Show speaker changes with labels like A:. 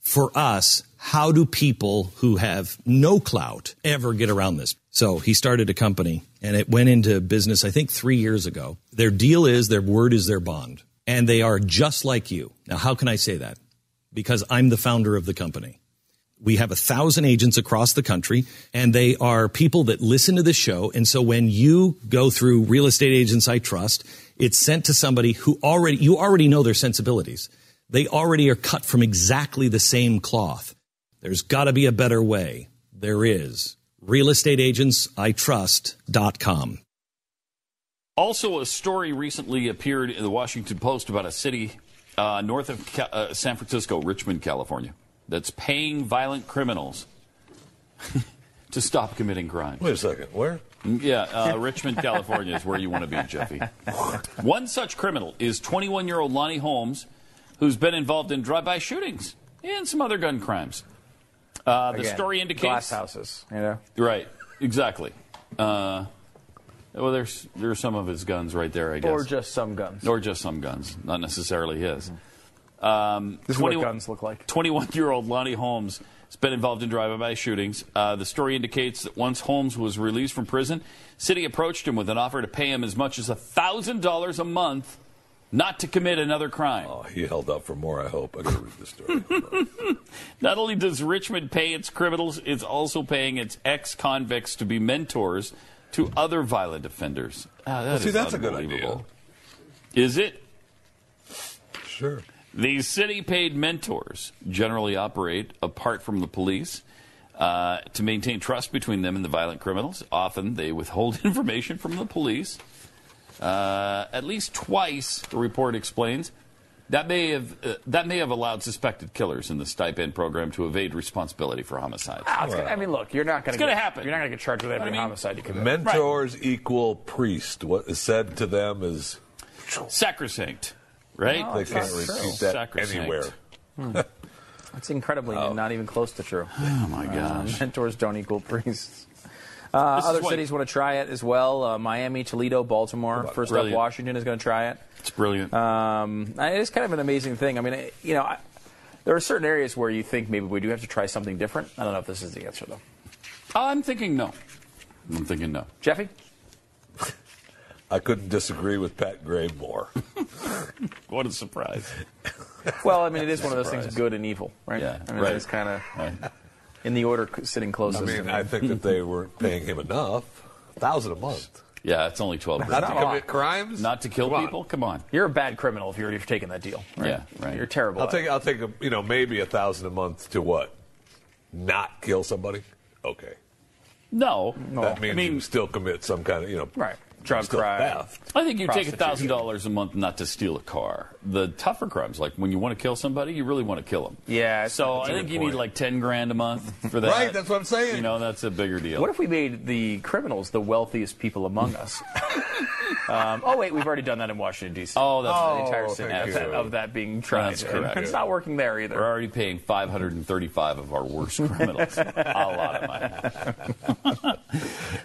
A: for us how do people who have no clout ever get around this so he started a company and it went into business i think 3 years ago their deal is their word is their bond and they are just like you now how can i say that because i'm the founder of the company we have a thousand agents across the country, and they are people that listen to the show. And so when you go through real estate agents I trust, it's sent to somebody who already, you already know their sensibilities. They already are cut from exactly the same cloth. There's got to be a better way. There is. RealestateAgentsITrust.com.
B: Also, a story recently appeared in the Washington Post about a city uh, north of Ca- uh, San Francisco, Richmond, California, that's paying violent criminals to stop committing crime.
C: Wait a second. Where?
B: Yeah, uh, Richmond, California is where you want to be, Jeffy. One such criminal is 21 year old Lonnie Holmes, who's been involved in drive by shootings and some other gun crimes. Uh, the
D: Again,
B: story
D: glass
B: indicates.
D: houses. You know,
B: Right, exactly. Uh, well, there's, there are some of his guns right there, I guess.
D: or just some guns.
B: Or just some guns, not necessarily his. Um,
D: Mm-hmm. This is what guns look like.
B: 21 year old Lonnie Holmes has been involved in drive by shootings. Uh, the story indicates that once Holmes was released from prison, City approached him with an offer to pay him as much as $1,000 a month not to commit another crime.
C: Oh, he held out for more, I hope. I gotta read this story. Hold on.
B: Not only does Richmond pay its criminals, it's also paying its ex convicts to be mentors to other violent offenders. Ah, that
C: see,
B: is
C: that's a good
B: unbelievable. Is it?
C: sure.
B: These city paid mentors generally operate apart from the police uh, to maintain trust between them and the violent criminals. Often they withhold information from the police. Uh, at least twice, the report explains. That may have uh, that may have allowed suspected killers in the stipend program to evade responsibility for homicides.
D: Ah, it's gonna- I mean, look, you're not going to.
B: It's gonna happen.
D: You're not going to get charged with every
B: I mean-
D: homicide you commit.
C: Mentors equal priest. What is said to them is
B: Sacrosanct, right?
C: they can't repeat that
B: Sacrosanct.
C: anywhere.
D: It's incredibly not even close to true. Uh,
B: Oh my gosh!
D: Mentors don't equal priests. Uh,
B: This is
D: other
B: why-
D: cities want to try it as well. Uh, Miami, Toledo, Baltimore. First
B: Brilliant.
D: up, Washington is going to try it.
B: It's brilliant.
D: Um, and it's kind of an amazing thing. I mean, it- you know, I, there are certain areas where you think maybe we do have to try something different. I don't know if this is the answer though.
B: I'm thinking no. I'm thinking no.
D: Jeffy,
C: I couldn't disagree with Pat Gray more.
B: What a surprise!
D: well, I mean, it is one of those things,
B: Surprise.
D: good and evil, right?
B: Yeah,
D: I mean,
B: right.
D: it's kind of
B: Right.
D: in the order c- sitting
C: I
D: closest.
C: mean, I think that they weren't paying him enough. A thousand a month.
B: Yeah, it's only twelve.
C: Not to
D: Come on.
C: commit crimes?
B: Not to kill
C: Come on.
B: people? Come on.
D: you're a bad criminal if you're, if you're taking that deal. Right?
B: Yeah, right.
D: You're terrible.
C: I'll
D: at
C: take I'll take a, you know, maybe a thousand a month to what? Not kill somebody? Okay.
B: No.
C: That means
B: I mean,
C: you still commit some kind of, you know,
D: Right. Drug
C: still
D: crime.
C: theft.
B: I think you take
D: Prostitution.
B: $1,000 a month not to steal a car. The tougher crimes, like when you want to kill somebody, you really want to kill them.
D: Yeah, it's-
B: So
D: that's
B: I
D: a
B: think
D: good
B: you need
D: point.
B: like 10 grand a month for that.
C: Right, that's what I'm saying.
B: You know, that's a bigger deal.
D: What if we made the criminals the wealthiest people among us? um, oh wait, we've already done that in Washington D.C.
B: Oh, that's
D: the
B: right.
D: entire
C: Oh,
D: city
C: thank
D: of that,
C: you.
D: of that being tried.
B: That's
D: And
B: correct.
D: It's not working there either.
B: We're already paying 535 of our worst criminals. a lot of money.